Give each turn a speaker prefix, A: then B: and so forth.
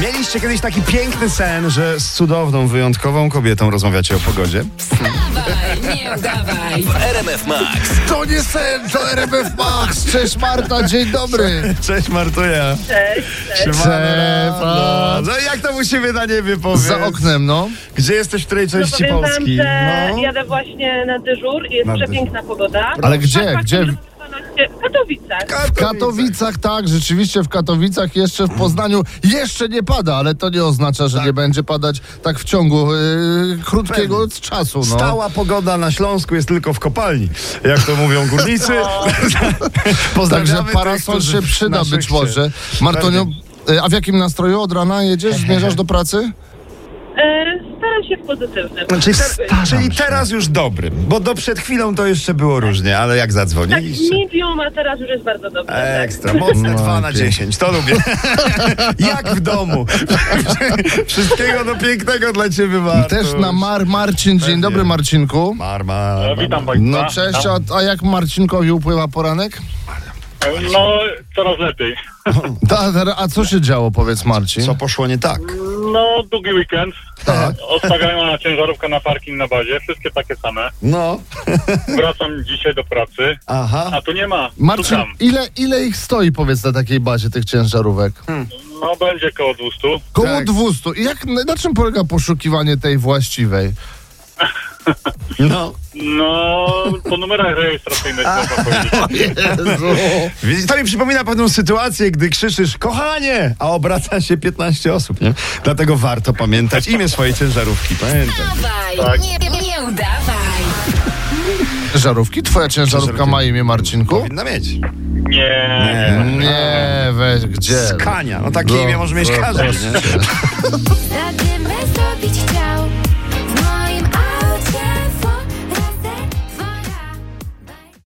A: Mieliście kiedyś taki piękny sen, że z cudowną, wyjątkową kobietą rozmawiacie o pogodzie?
B: Dawaj, nie udawaj.
C: RMF Max.
D: To nie sen, to RMF Max. Cześć Marta, dzień dobry.
A: Cześć Martuja. Cześć.
D: Cześć.
A: No i jak to u siebie na niebie powiedz?
D: Za oknem, no.
A: Gdzie jesteś, w której części
E: No, powiem wam,
A: Polski?
E: że jadę właśnie na dyżur i jest
A: No. Na
E: przepiękna pogoda.
D: Ale gdzie, gdzie?
E: że to 12 Katowice.
D: W Katowicach, tak, rzeczywiście w Katowicach, jeszcze w Poznaniu jeszcze nie pada, ale to nie oznacza, że nie będzie padać tak w ciągu yy, krótkiego czasu, no.
A: Stała pogoda na Śląsku jest tylko w kopalni, jak to mówią górnicy.
D: Także
A: Pozdrawiamy
D: parasol
A: tych, którzy
D: się przyda
A: naszych
D: być
A: się-
D: może. Martonio, y, a w jakim nastroju od rana jedziesz, zmierzasz do pracy?
E: E, staram się w pozytywnym. Tak.
A: Czyli, ter, czyli teraz już dobrym, bo do przed chwilą to jeszcze było różnie, ale jak
E: Tak,
A: zadzwoniliście...
E: medium, a teraz już jest bardzo dobrze.
A: E,
E: tak.
A: Ekstra, mocne
D: No,
A: 2 na
D: pięknie.
A: 10, to lubię. Jak w domu. Wszystkiego do pięknego dla ciebie, Bartuś.
D: Też na Mar Marcin. Dzień dobry, Marcinku.
A: Mar, mar,
F: No,
A: mar.
F: witam Państwa.
A: Tak,
D: No cześć,
F: No,
D: a, a jak Marcinkowi upływa poranek?
F: no, coraz lepiej.
D: Ta, ta, a co się działo, powiedz Marcin?
A: Co poszło nie tak?
F: No, długi weekend. Tak. Odstawiają na ciężarówkę na parking na bazie, wszystkie takie same.
A: No,
F: Wracam dzisiaj do pracy,
A: aha.
F: a tu nie ma.
D: Marcin,
F: Szukam.
D: ile, ile ich stoi, powiedz, na takiej bazie tych ciężarówek?
F: No, będzie koło 200.
D: Koło
A: Tak.
D: 200. I jak, na czym polega poszukiwanie tej właściwej?
A: No.
F: No, po numerach rejestracyjnych można powiedzieć.
A: Widzisz, To mi przypomina pewną sytuację, gdy krzyczysz kochanie, a obraca się 15 osób, nie? Dlatego warto pamiętać imię swojej ciężarówki, pamiętaj.
B: Dawaj, nie, nie udawaj.
D: Żarówki? Twoja ciężarówka ma imię Marcinku?
A: Powinna mieć.
F: Nie.
A: Nie.
D: Nie, weź gdzie.
A: Skania. No takie
D: No,
A: imię może mieć
D: no,
A: każdy, nie?
B: Za tym bez